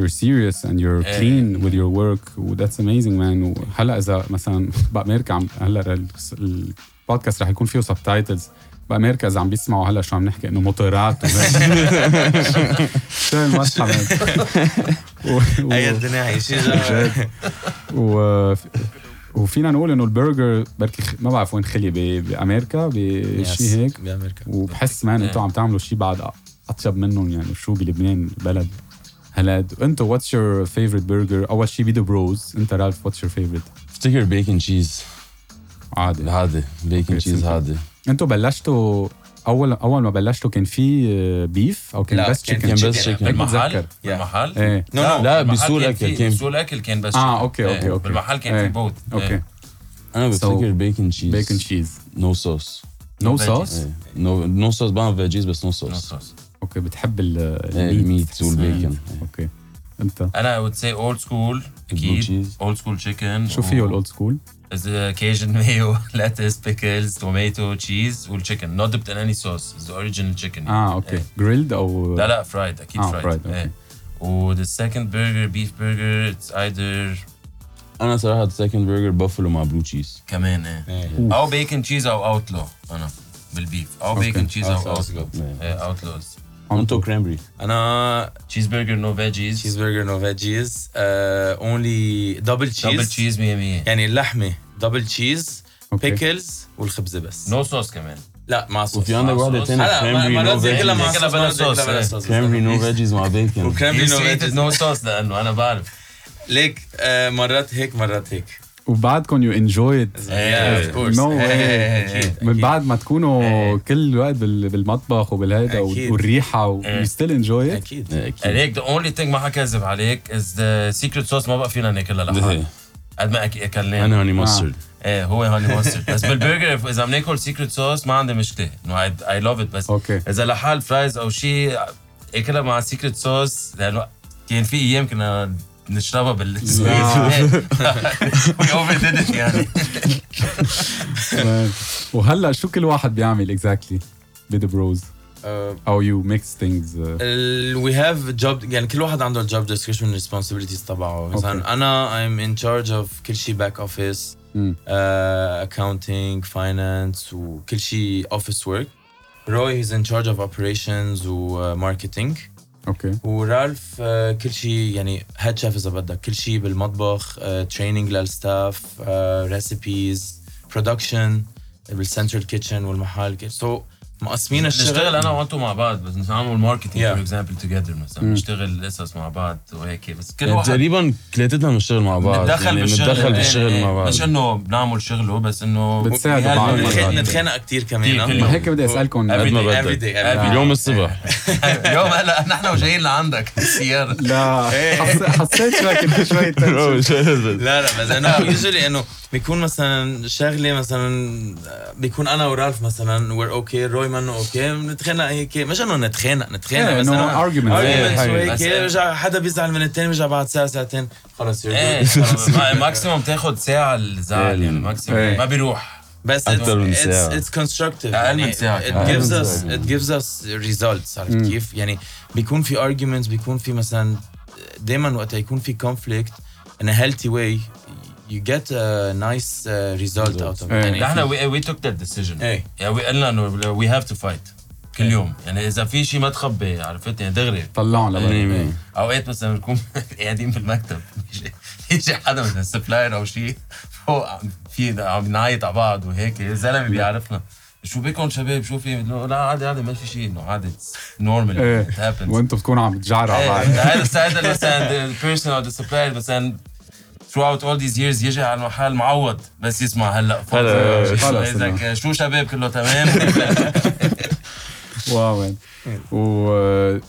A: you're serious and you're
C: إيه.
A: clean with your work that's amazing man وهلا اذا مثلا بامريكا عم هلا ال- البودكاست رح يكون فيه سبتايتلز بامريكا اذا عم بيسمعوا هلا شو عم نحكي انه موتورات وهيك. شو المسحه و- و-
D: هي الدنيا هي شيء
A: جد. و وفينا نقول انه البرجر بركي خ- ما بعرف وين خلي ب- بامريكا بشيء هيك
D: بامريكا
A: وبحس مان انتم عم تعملوا شيء بعد أ- اطيب منهم يعني شو بلبنان بلد هلأ انتم واتس يور فيفورت برجر اول شيء بيدو بروز انت رالف واتس يور فيفورت
E: افتكر بيكن تشيز
A: عادي
E: العادة بيكن
A: أوكي،
E: تشيز
A: simple.
E: هادي
A: انتم بلشتوا اول اول ما بلشتوا كان في آه، بيف او كان
D: لا،
A: بس
D: كان-
A: تشيكن
E: كان بس chicken.
C: يعني بالمحل
A: بتذكر.
C: بالمحل
A: ايه
D: No, no.
E: لا،
C: بالمحل
E: بسوق
C: كان
E: الأكل
C: في-
E: كان-
C: بسوق الاكل كان بس
A: اه
C: chicken.
A: اوكي
C: إيه،
A: اوكي اوكي
C: بالمحل كان
A: إيه،
C: في بوت
A: اوكي
E: انا بفتكر بيكن تشيز
A: بيكن تشيز
E: نو صوص
A: نو
C: veggies.
E: إيه.
A: صوص
E: نو نو صوص بعمل فيجيز بس نو صوص
C: نص
A: اوكي بتحب ال-
E: إيه،
A: الميت
E: الميت
A: بتحس-
E: والبيكن
A: اوكي انت
C: انا would say old school اكيد
E: cheese.
C: old school chicken
A: شو فيه الاولد سكول؟
C: The Cajun mayo, lettuce, pickles, tomato, cheese والchicken not dipped in any sauce it's the original chicken
A: اه اوكي
C: إيه.
A: جريلد او
C: لا لا فرايد اكيد
A: آه،
C: فرايد
A: Ah, fried, okay.
C: ايه و Oh, the second burger beef burger it's either
E: انا صراحة سكند برجر بافلو مع بلو تشيز
C: كمان ايه
D: إيه.
C: او بيكن تشيز او اوتلو انا بالبيف او بيكن تشيز او
D: Outlaws.
C: اوتلو ايه اوتلوز
E: انتو كرامبري
D: انا
C: تشيز برجر نو
D: تشيز
C: فيجيز
D: برجر نو فيجيز Uh, اونلي دبل
C: دبل
D: تشيز
C: تشيز 100 100
D: يعني اللحمه دبل تشيز
A: أوكي.
D: بيكلز والخبزه بس
C: نو صوص كمان
D: لا مع صوص
E: وفي عندك واحدة
C: صوص.
E: تانية
D: هلا ما-
E: كرامبري
D: ما
E: نو
D: لازم كلها مع
E: فيجيز
C: كلها
D: صوص ما لازم
C: بلا صوص،
D: كلها بلا
C: إيه.
D: صوص
E: كرامبري نو فيجيز مع بيكن
D: وكرامبري نو فيجيز
C: نو صوص لانه انا بعرف
D: ليك آه، مرات هيك مرات هيك
A: وبعدكم يو انجوي ات
D: Yeah, of course.
A: No way.
D: أكيد،
A: من
D: أكيد.
A: بعد ما تكونوا كل الوقت بال- بالمطبخ وبالهيدا
D: أكيد.
A: والريحه
C: إيه.
A: ويو ستيل انجوي ات
D: اكيد
E: اكيد
C: عليك the only thing ما حكذب عليك is the secret sauce ما بقى فينا ناكلها لحالها
E: إيه.
C: قد ما أك- اكلناه
E: انا هاني ماسترد
C: ايه هو هاني ماسترد بس بالبرجر اذا بناكل سيكريت صوص ما عندي مشكله انه اي لاف ات بس
A: أوكي.
C: اذا لحال فرايز او شيء اكلها مع سيكريت صوص لانه كان في ايام كنا نشربها إيه. بال وي اوفر ديد يعني
A: وهلا شو كل واحد بيعمل اكزاكتلي بيد بروز
D: أه،
A: او يو ميكس ثينجز
D: وي هاف جوب يعني كل واحد عنده الجوب ديسكريبشن ريسبونسبيلتيز تبعه مثلا انا ايم ان تشارج اوف كل شيء باك اوفيس اكاونتنج فاينانس وكل شيء اوفيس ورك روي هيز ان تشارج اوف اوبريشنز وماركتينج
A: اوكي
D: ورالف آه، كل شيء يعني هيد شيف اذا بدك كل شيء بالمطبخ أه، تريننج للستاف أه، ريسيبيز برودكشن بالسنترال كيتشن والمحل سو مقسمين
C: نشتغل
D: الشغل
C: انا وانتم مع بعض بس نعمل ماركتينج
D: Yeah.
C: فور اكزامبل توجذر مثلا نشتغل قصص مع بعض وهيك بس كل
E: يعني
C: واحد
E: تقريبا كليتنا بنشتغل مع بعض
C: نتدخل
E: يعني
C: بالشغل
E: نتدخل
C: إيه،
E: بالشغل
C: إيه.
E: مع بعض
C: مش انه بنعمل شغله بس انه
A: بتساعدوا
C: بيهاجموا
A: بعض.
C: بعض.
D: نتخ-
A: مرات.
D: نتخانق كتير كمان
C: كتير، كل
D: ها؟
C: يوم.
A: هيك بدي اسالكم
E: قد ما
D: every
E: بدك آه.
D: day, آه. every
E: اليوم الصبح
C: اليوم هلا نحن وجايين لعندك السياره
A: لا
D: إيه.
A: حس- حسيت شوي كنت شوي tension.
D: لا لا بس انه يوجولي انه بيكون مثلا شغله مثلا آه، بيكون انا ورالف مثلا وير اوكي روي منه اوكي بنتخانق هيك مش انه نتخانق نتخانق
A: إيه،
D: بس
A: إنه
D: انه
A: arguments.
D: arguments
A: إيه،
D: وهيك،
C: هي.
D: رجع حدا بيزعل من الثاني بيرجع بعد ساعه ساعتين خلص you're
C: ايه
D: good.
C: ماكسيموم تاخد ساعة الزعل
E: إيه.
C: يعني ماكسيموم
A: إيه.
C: ما بيروح
D: بس
E: أكتر من ساعة.
D: اتس كونستركتيف
C: أقل من ساعة
D: يعني it
C: كمان.
D: gives us it gives us results عرفت كيف؟ يعني بيكون في arguments بيكون في مثلا دائما وقت يكون في conflict in a healthy way you get a nice uh, result out of it
A: إيه.
D: يعني
C: نحن وي وي توك ذات ديسيجن
D: إيه.
C: يعني وي قلنا انه وي هاف تو فايت كل يوم يعني اذا في شيء ما تخبي عرفت يعني دغري
A: طلعوا لبرا
E: مية
C: اوقات مثلا بنكون قاعدين بالمكتب يجي- يجي حدا مثلا سبلاير او شيء فوق عم- في عم نعيط على بعض وهيك الزلمه بيعرفنا شو بكم شباب شو في إنه لا عادي عادي ما في شيء انه عادي نورمال
D: E,
A: ايه
C: هابنز
A: وانتم بتكونوا عم تجعروا
C: E,
D: إيه.
A: على بعض
C: هذا السائد مثلا البيرسونال ديسبلاين مثلا throughout all these years يجي على المحل معوض بس يسمع هلا فوق.
D: eh,
E: هلا،
C: شو-
A: خلص
C: إذا شو شباب كله تمام
A: واو مان و آه،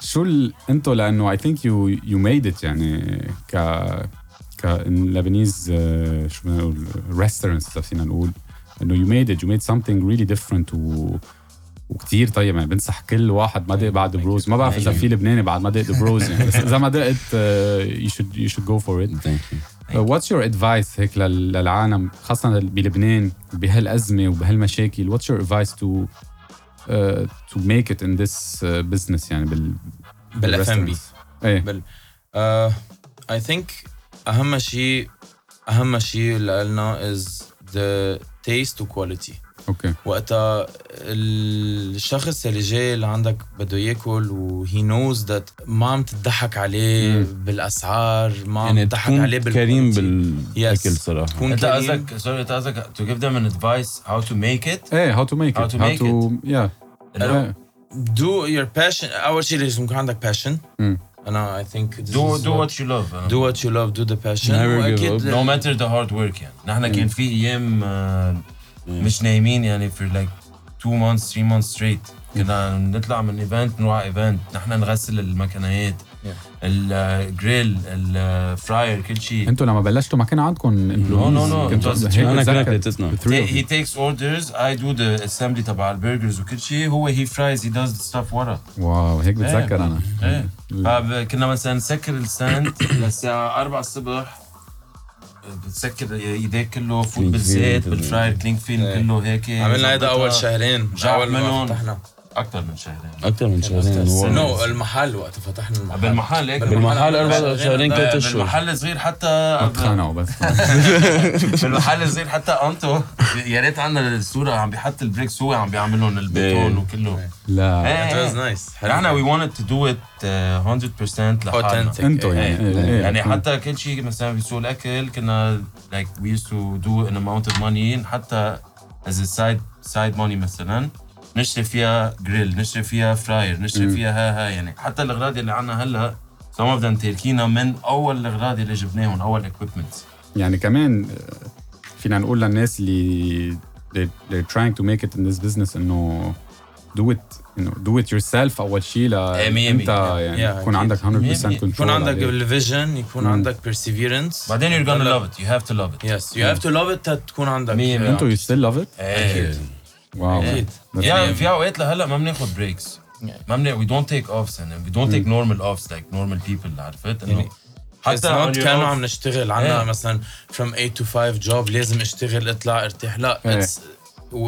A: شو ال... انتوا لانه اي ثينك يو يو ميد ات يعني ك ك لبنيز شو بدنا نقول ريستورنتس اذا فينا نقول انه يو ميد ات يو ميد سمثينج ريلي ديفرنت و وكتير طيب يعني بنصح كل واحد ما دق بعد بروز ما بعرف اذا في لبناني بعد ما دق بروز يعني بس اذا ما دقت آه، يو شود يو شود جو فور ات
E: ثانك يو
A: واتس يور ادفايس هيك لل- للعالم خاصه بلبنان بهالازمه وبهالمشاكل واتس يور ادفايس تو تو ميك ات ان ذس بزنس يعني بال
D: بال
A: بالrestaurants.
D: F&B.
A: ايه
D: Uh, اي ثينك اهم شيء اهم شيء لنا از ذا تيست وكواليتي
A: اوكي
D: وقتها الشخص اللي جاي اللي عندك بده ياكل وهي نوز ذات ما عم تضحك عليه
A: مم.
D: بالاسعار ما
C: آه،
D: عم
E: يعني
D: تضحك عليه
E: تكون
D: بال
E: كريم
D: quality.
E: بالاكل
D: Yes.
E: صراحه
D: تكون
C: انت
D: كريم
C: قصدك سوري انت قصدك to give them an advice how to make
D: Eh,
C: it
A: ايه هاو تو ميك
C: How
A: ات
C: to
A: هاو
C: make
A: تو يا
D: do your passion اول شيء لازم يكون عندك passion
A: مم.
D: انا I think this
C: do
D: is
C: do what you love eh.
D: do what you love do the passion
E: Never give
D: واكيد
E: up.
C: no matter the hard work يعني نحن
A: إيه.
C: كان في ايام آه، مش نايمين يعني for like two months three months straight
A: إيه.
C: كنا نطلع من ايفنت نروح على ايفنت نحن نغسل آه، المكنايات
A: إيه.
C: الجريل الفراير آه، كل شيء
A: انتوا لما بلشتوا ما كان عندكم امبلويز
C: no, no.
A: كنتوا
C: Just-
A: هيك
E: أنا
A: بتذكر.
E: كنت-
A: The three of
C: he
A: you.
C: takes orders I do the assembly تبع البرجرز وكل شيء هو he fries he does the stuff ورا
A: واو هيك بتذكر انا
C: ايه فب- كنا مثلا نسكر الساند للساعة 4 الصبح بتسكر ايديك كله فوت
E: كلين فين
C: بالزيت
E: كله.
C: بالفراير كلينك فين
D: إيه.
C: كله هيك
D: عملنا هيدا اول شهرين
C: جاب
D: اول ما
C: منهم.
D: فتحنا
C: اكثر من شهرين
E: اكثر من شهرين
D: نو المحل وقت فتحنا المحل
C: بالمحل هيك
E: بالمحل اربع
D: بالمحل-
E: شهرين ثلاث اشهر
C: بالمحل صغير حتى
A: ما تخانقوا بس
C: بالمحل صغير حتى انتو يا ريت عندنا الصورة عم بيحط البريكس هو عم بيعمل لهم البيتون
E: إيه.
C: وكله
A: لا
D: It was
C: ايه
D: nice حلو.
C: نحن وي wanted to do it uh, 100% لحالنا
D: Authentic.
A: انتوا يعني
C: إيه.
A: إيه، إيه.
C: يعني حتى كل شيء مثلا بسوق الاكل كنا like we used to do an amount of money حتى as a side side money مثلا نشتري فيها جريل نشتري فيها فراير نشتري فيها ها ها يعني حتى الاغراض اللي عنا هلا some of them تاركينا من اول الاغراض اللي جبناهم اول equipment
A: يعني كمان آه، فينا نقول للناس اللي they, they're trying to make it in this business انه do it you know, do it yourself اول شيء ل
C: إيه، مية
A: انت
C: مية.
A: يعني
D: Yeah,
A: يكون عندك
D: أكيد.
A: 100%
C: مية مية.
A: control
D: يكون عندك
A: عليه.
D: الفيجن يكون
A: مم.
D: عندك perseverance
C: بعدين you're gonna love it you have to love it
D: Yes, mm. you have to love it تكون عندك
C: مية مية.
A: انتوا you still love it؟
C: ايه
A: واو
D: أكيد.
A: That's-
C: يعني في اوقات لهلا ما بناخد بريكس ما بن we don't take offs and we don't take normal offs like normal people عرفت انه
D: يعني حتى
C: on your
D: كانوا
C: off.
D: عم نشتغل عنا
C: إيه.
D: مثلا from 8 to 5 job لازم اشتغل اطلع ارتاح لا
A: إيه.
D: it's-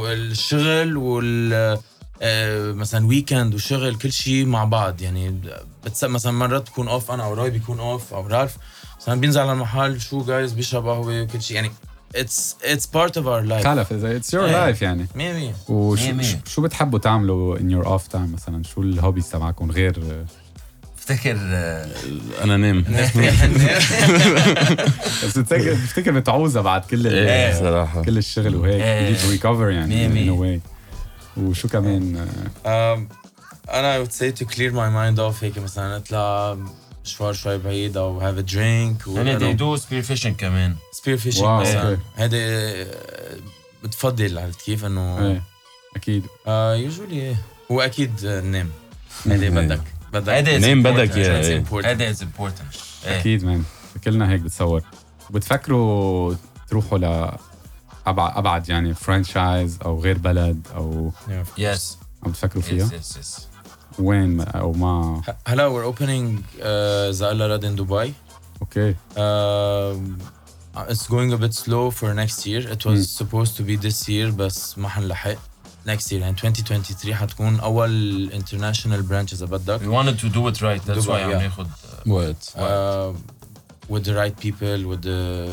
D: والشغل وال آه، مثلا ويكند وشغل كل شيء مع بعض يعني بتس مثلا مرات بكون اوف انا او راي بيكون اوف او رالف مثلا بينزل على المحل شو جايز بيشرب قهوه وكل شيء يعني اتس اتس بارت اوف اور لايف 100%
A: خلف اذا اتس يور
D: إيه.
A: لايف يعني
D: مية
A: وشو
C: مية مية.
A: شو بتحبوا تعملوا in your off time مثلا شو الهوبيز تبعكم غير آه،
C: افتكر آه،
E: انا نام
A: بس بتفكر بفتكر متعوزه بعد كل ال-
E: ايه صراحه
A: كل الشغل وهيك
C: إيه.
A: you need to recover
C: مية
A: يعني
C: مية.
A: in a way وشو كمان آه،
D: Um, انا I would say to clear my mind off هيك مثلا اطلع مشوار شوي بعيد او have a drink و
C: يعني they do spear fishing كمان
D: spear fishing uh,
A: واو،
D: مثلا
A: أوكي.
D: هيدي آه، بتفضل عرفت كيف انه
C: آه.
A: ايه اكيد
D: uh, يوجولي واكيد آه، نام هيدي بدك بدك
C: هيدي is
E: نام
C: important.
E: بدك إياه،
D: It's
E: إيه.
D: important.
C: هيدي is important إيه.
A: اكيد مان كلنا هيك بتصور وبتفكروا تروحوا ل ابعد ابعد يعني فرانشايز او غير بلد او
D: Yeah.
C: yes
A: عم تفكروا فيها
C: yes yes yes
A: وين ما- او ما
D: ه- هلا we're opening uh, Zaala Rad in Dubai
A: اوكي
D: Um, it's going a bit slow for next year. It was supposed to be this year بس ما حنلحق. Next year يعني 2023 حتكون أول international branch إذا بدك.
C: we wanted to do it right that's
D: Dubai,
C: why عم
D: yeah.
C: ناخد
E: وقت
D: Uh, with the right people, with the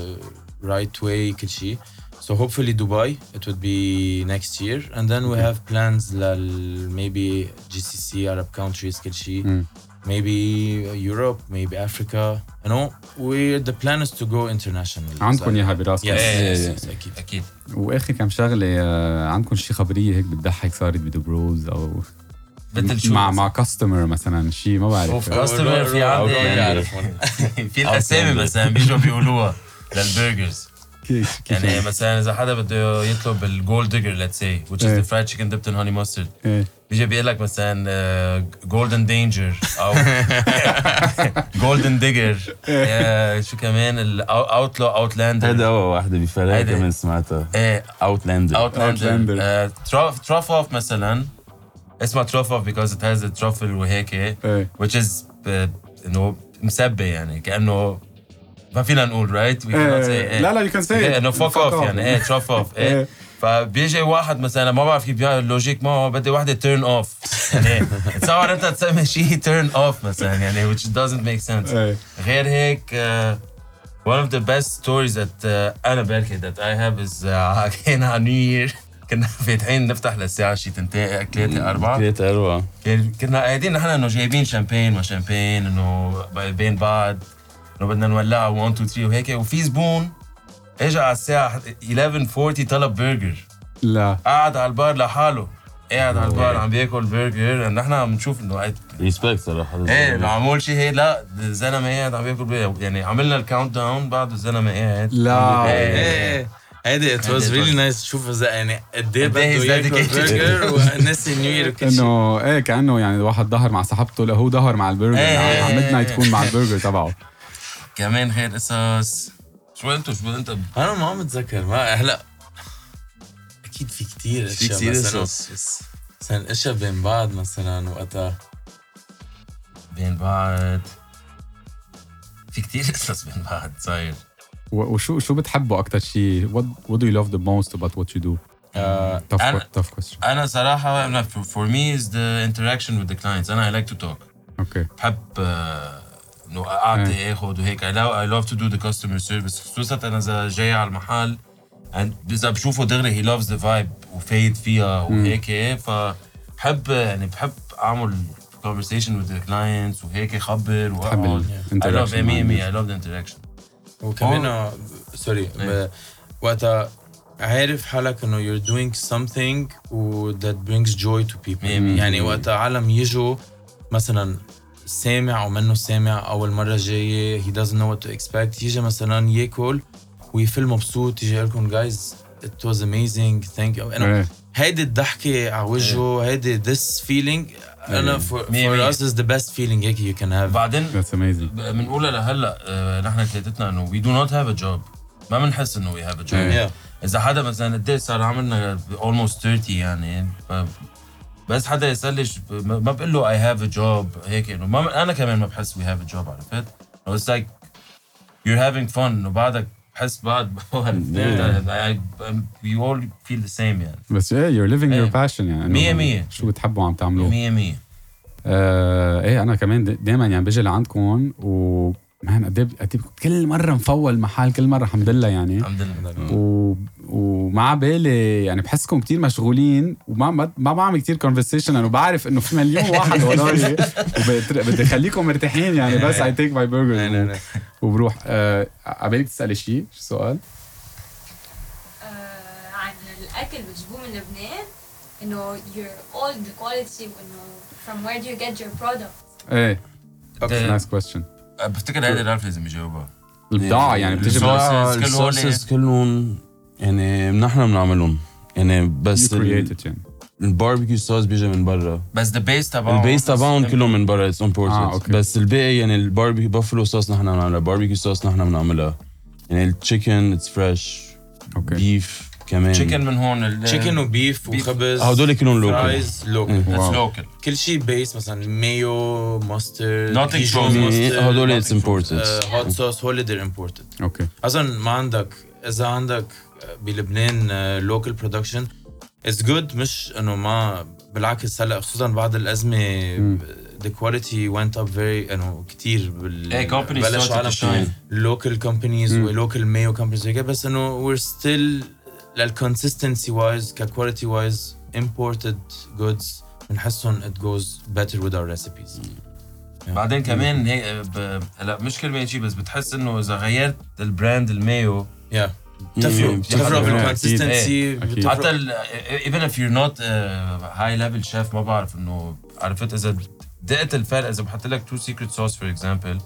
D: right way كل شيء. So hopefully Dubai it would be next year and then we have plans لل maybe GCC Arab countries كل شيء.
A: مم.
D: Maybe Europe, maybe Africa. You know, we the plan is to go international.
A: عندكم اياها براسكم
D: Yes,
C: إيه.
D: yes, yes, اكيد
C: اكيد
A: واخر كم شغله آه، عندكم شي خبريه هيك بتضحك صارت بدبروز او
C: مثل شو
A: مع مع كاستمر مثلا شي ما بعرف
C: اوف كاستمر في
D: أو- أو-
C: عندي
D: أو-
C: يعني
D: أو-
C: في الاسامي مثلا بيجوا بيقولوها للبرجرز
A: كيف كيف
C: يعني
A: يعني
C: مثلا اذا حدا بده يطلب الجولد ديجر ليتس سي which is
A: إيه.
C: the fried chicken dipped in honey mustard
A: إيه.
C: بيجي بيقول لك مثلا جولدن دينجر او جولدن ديجر شو كمان الاوتلو
E: هيدا
C: اوتلاندر
E: اول وحده بفرنسا
C: هيدا.
E: كمان سمعتها
C: ايه
E: اوتلاندر
A: Outlander.
C: اوتلاندر تروفوف مثلا اسمها تروفوف because it has a truffle وهيك
A: إيه.
C: which is آه، انه مسبة يعني كانه ما فينا نقول رايت
A: إيه. لا، لا، you can say it.
C: ايه انه فوك
A: Fuck
C: اوف
A: off.
C: يعني ايه تروف اوف
A: إيه.
C: ايه فبيجي واحد مثلا ما بعرف كيف بيعمل لوجيك ما هو بدي واحده تيرن اوف يعني تصور انت تسمي شيء تيرن اوف مثلا يعني which doesn't make sense
A: إيه.
C: غير هيك uh, one of the best stories that uh, انا بركي that I have is uh, كان على نيو يير كنا فاتحين نفتح للساعة شي تنتين ثلاثة أربعة
E: كريت اروع
C: كان- يعني كنا قاعدين نحن إنه جايبين شامبين ما شامبين إنه بين بعض إنه بدنا نولعها 1 2 3 وهيك وفي زبون اجى على الساعة 11:40 طلب برجر
A: لا
C: قعد على البار لحاله قاعد على البار عم بياكل برجر يعني نحن عم نشوف انه
E: ريسبكت صراحه
D: إيه.
C: ايه معمول شيء هي لا الزلمه قاعد عم ياكل بيها يعني عملنا الكاونت داون بعد الزلمه قاعد
A: لا.
C: ايه
D: ايه هيدي ات واز ريلي نايس شوف إذا يعني قد ايه
C: قد إيه
D: بده
C: he's
D: ياكل
C: dedicated.
D: برجر ونسي نيو يير وكل شيء
A: انه ايه كانه يعني الواحد ظهر مع صاحبته لا هو ظهر مع البرجر
C: إيه.
A: يعني على ميد نايت تكون مع البرجر تبعه
C: كمان غير قصص شو انتو شو انت
D: انا ما عم بتذكر ما هلا اكيد في كثير اشياء
C: كتير
D: مثلا
C: قصص.
D: بس- مثلا اشياء بين بعض مثلا وقتها
C: بين بعض في كتير قصص بين بعض صاير
A: و- وشو شو بتحبوا اكثر شيء what, what do you love the most about what you do Uh,
D: آه،
A: tough,
C: أنا-
A: que- tough question
C: انا صراحه أنا for, for me is the interaction with the clients انا I like to talk
A: اوكي
C: بحب آه، انه اعطي اخذ وهيك I love, I love to do the customer service خصوصا انا اذا جاي على المحل and اذا بشوفه دغري he loves the vibe وفايد فيها وهيك فحب يعني بحب اعمل conversation with the clients وهيك خبر واقعد
A: ال-
C: I love
A: interaction مع
C: امي امي
A: الناس.
C: E، I love the interaction
D: وكمان آه، سوري
C: إيه.
D: ب- وقتها عارف حالك انه you're doing something و that brings joy to people
C: مية مية.
D: يعني وقتها عالم يجوا مثلا سامع او منه سامع اول مره جاي he doesn't know what to expect يجي مثلا ياكل ويفل مبسوط يجي يقول لكم جايز it was amazing thank you
A: إيه.
D: انا هيدي الضحكه على وجهه هيدي this feeling انا for,
C: إيه. مية مية.
D: for us is the best feeling هيك you can have
C: بعدين
A: that's amazing
C: من اولى لهلا آه، نحن ثلاثتنا انه we do not have a job ما بنحس انه we have a job
A: إيه.
C: اذا حدا مثلا قد ايه صار عملنا almost 30 يعني ف- بس حدا يسالني ش- ما ما بقول له I have a job هيك انه ما انا كمان ما بحس we have a job عرفت؟ No, it's like you're having fun انه بعدك بحس بعد يعني I- I'm- we all feel the same يعني
A: بس ايه you're living
C: إيه.
A: your passion يعني إنه
C: مية مية.
A: شو بتحبوا عم تعملوه
C: 100
A: آه ايه انا كمان دائما يعني بجي لعندكم و مان قد ايه قد إيه كل مره مفول محل كل مره الحمد لله يعني
C: 100 الحمد لله
A: و... ومع بالي يعني بحسكم كتير مشغولين وما ما, ما بعمل كتير كونفرسيشن لانه بعرف انه في مليون واحد وراي وبتر- بدي اخليكم مرتاحين يعني بس اي تيك ماي برجر وبروح آه، عبالك تسالي شيء شو سؤال؟
F: آه، عن الاكل بتجيبوه من لبنان انه your all the quality وانه from where do you get your product
A: ايه
C: أوكي.
A: نايس كويستشن
C: إيه. بفتكر هيدا رالف لازم يجاوبها
A: الابداع يعني بتجي
C: الصوص.
A: بال-
E: الصوصز
C: كل هول إيه.
E: الصوصز كلهم يعني نحن بنعملهم يعني
A: you
E: بس ال-
A: create it يعني
E: الباربيكيو صوص بيجي من برا
C: بس ذا بيس تبعهم
E: البيس تبعهم كلهم من برا اتس
A: آه،
E: امبورتد
A: أوكي.
E: بس الباقي يعني الباربيكيو بافلو صوص نحن بنعملها باربيكيو صوص نحن بنعملها يعني التشيكن اتس فريش
A: اوكي
E: بيف كمان آه،
C: تشيكن من هون
D: تشيكن وبيف
C: بيف.
D: وخبز
E: هدول كلهم لوكال
D: فرايز لوكال
C: اتس
A: واو.
C: لوكال
D: كل شيء بيس مثلا مايو ماسترد
C: Nothing frozen.
E: يعني
D: uh,
E: هدول يعني اتس امبورتد
D: هوت صوص هول ذير امبورتد
A: اوكي
D: اصلا ما عندك اذا عندك آه، بلبنان لوكال برودكشن اتس جود مش انه ما بالعكس هلا خصوصا بعد الازمه ذا كواليتي went up very انه كثير بال
C: ايه companies started to shine.
D: لوكال كومبانيز ولوكال مايو كومبانيز وهيك بس انه وير ستيل للكونسستنسي وايز ككواليتي وايز imported goods بنحسهم it goes better with our recipes
C: بعدين كمان هي ب- هلا مش كل شيء بس بتحس انه اذا غيرت البراند المايو
D: yeah بتفرق بتفرق
C: أكيد.
D: بالكونسستنسي
C: إيه.
A: أكيد.
D: بتفرق
C: حتى ايفن اف يو نوت هاي ليفل شيف ما بعرف انه عرفت اذا دقت الفرق اذا بحط لك تو سيكريت صوص فور اكزامبل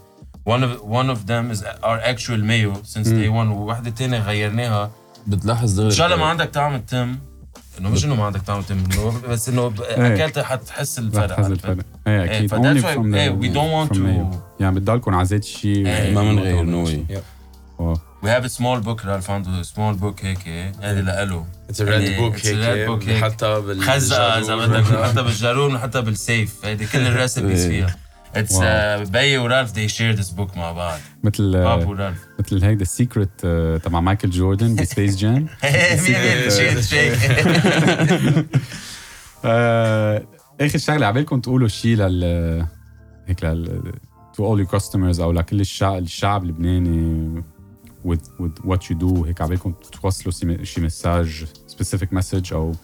C: one of one of them is our actual mayo since day one وواحده تانية غيرناها
E: بتلاحظ دغري
C: ان شاء الله ما عندك طعم التم انه مش انه ما عندك طعم التم إنه بس انه ب- اكلت حتحس الفرق
A: بحفظ الفرق ايه اكيد
C: فداتس
A: only
C: why-
A: from the-
C: إيه, we don't want
A: from
C: to-
A: Mayo. يعني بتضلكم على زيت شيء
C: إيه.
E: ما بنغير نوي
A: آه.
C: We have a small book رالف عنده small book هيك إيه، هذه لإله
D: اتس ريد
C: يعني
D: بوك
C: it's a red
D: هيك
C: book هيك.
D: حتى بال
C: خزقه اذا
D: بالجارون.
C: بدك حتى بالجارون وحتى بالسيف هيدي كل الريسبيز فيها اتس بي ورالف they share this book مع بعض
A: مثل
C: باب ورالف
A: مثل هيك ذا سيكريت تبع مايكل جوردن بسبيس جام
C: مين شيء شيء
A: آه، اخر شغله عبالكم تقولوا شيء لل هيك لل to all your customers او لكل الشعب الشعب اللبناني with with what you do هيك عبالكم توصلوا سي- شي مساج specific message او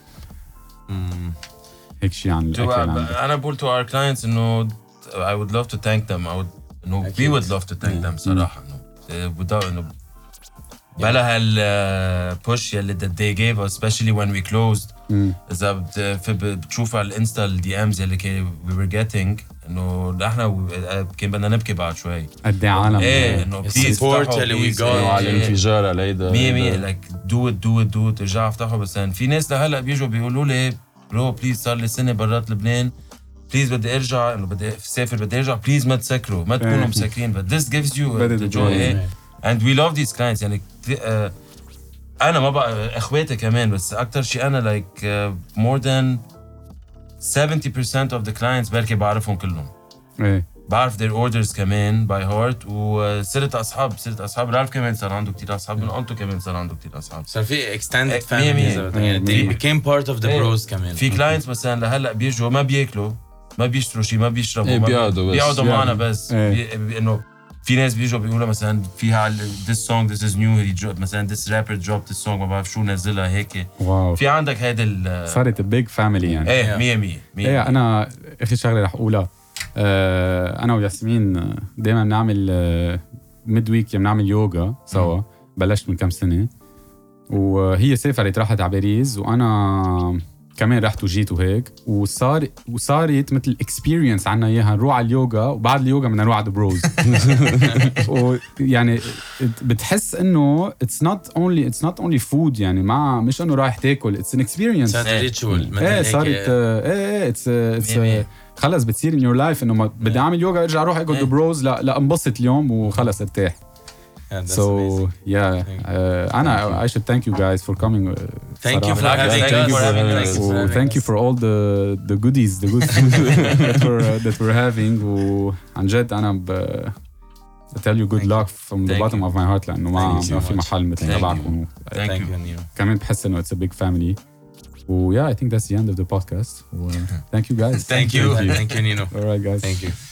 A: هيك شيء عن
C: To,
A: الاكل
C: uh,
A: اللي عندك
C: انا بقول to our clients انه I would love to thank them I would انه we would love to thank them صراحه انه uh, without انه بلا هال uh, push يلي that they gave us especially when we closed
A: مم.
C: اذا بت- في- بتشوف على الانستا الدي امز يلي كان we were getting انه نحن uh, كان بدنا نبكي بعد شوي
A: قد ايه عالم
C: ايه انه please
D: support
C: افتحوا،
D: يلي we
C: please،
D: got
C: إيه،
E: على
C: إيه.
E: الانفجار على هيدا
C: مية مية
E: هيدا.
C: لايك دو ات دو ات دو ات ارجع افتحه بس يعني في ناس لهلا بيجوا بيقولوا لي برو بليز صار لي سنه برات لبنان بليز بدي ارجع انه بدي اسافر بدي ارجع بليز ما تسكروا ما تكونوا
A: إيه.
C: مسكرين بس this gives you
A: بدي
C: the
A: joy.
C: joy eh? اند وي لاف ذيس كلاينتس يعني كت- آه، انا ما بقى اخواتي كمان بس اكثر شيء آه, انا لايك مور ذان 70% of the clients بركي بعرفهم كلهم
A: ايه
C: بعرف their orders كمان by heart وصرت اصحاب صرت اصحاب رالف كمان صار عنده كثير اصحاب من انتو كمان صار عنده كثير اصحاب
D: صار في extended
C: إيه، مية مية.
D: family إذا بدك. يعني they
A: مية.
D: became part of the
C: إيه.
D: bros كمان
C: في كلاينتس مثلا لهلا بيجوا ما بياكلوا ما بيشتروا شيء ما بيشربوا
E: إيه،
C: ما بي-
E: بيقعدوا بس.
C: بيقعدوا
A: يعني.
C: معنا بس
A: إيه.
C: بي- بي- انه في ناس بيجوا بيقولوا مثلا فيها ال- this song this is new he dropped مثلا this rapper dropped this song ما بعرف شو نزلها هيك
A: واو
C: في عندك هيدا ال
A: صارت بيج فاميلي يعني
C: ايه 100 100
A: ايه انا اخر شغله رح اقولها آه، انا وياسمين دائما بنعمل آه، ميد ويك بنعمل يوغا سوا بلشت من كم سنه وهي سافرت راحت على باريس وانا كمان رحت وجيت وهيك وصار وصارت مثل اكسبيرينس عنا اياها نروح على اليوغا وبعد اليوغا بدنا نروح على بروز ويعني يعني بتحس انه اتس نوت اونلي اتس نوت اونلي فود يعني ما مش انه رايح تاكل اتس ان اكسبيرينس
D: صارت
C: إيه.
D: ريتشول
A: ايه صارت آه، ايه ايه اتس
C: مية مية.
A: اتس خلص بتصير ان يور لايف انه ما بدي اعمل يوغا ارجع اروح اقعد
C: إيه.
A: بروز لا لا انبسط اليوم وخلص ارتاح آه، سو يا
D: Thank you.
A: انا اي شود ثانك يو جايز فور كومينج
D: Thank you for
C: صراحة.
D: having
C: Thank you for having us.
D: us.
A: وثانك يو فور اول ذا ذا جوديز ذا جود that we're uh, that we're having وعن جد انا ب tell you good
D: Thank you.
A: luck from the
C: Thank
A: bottom of my heart لانه ما
D: Thank you so
A: ما في
D: much.
A: محل مثل
C: Thank you.
A: تبعكم
C: ثانك
D: Thank
C: يو
D: you, Nino.
A: كمان بحس انه it's a big family و yeah I think that's the end of the podcast و thank you guys
D: Thank you. Thank you, Nino.
A: all right guys
D: Thank you.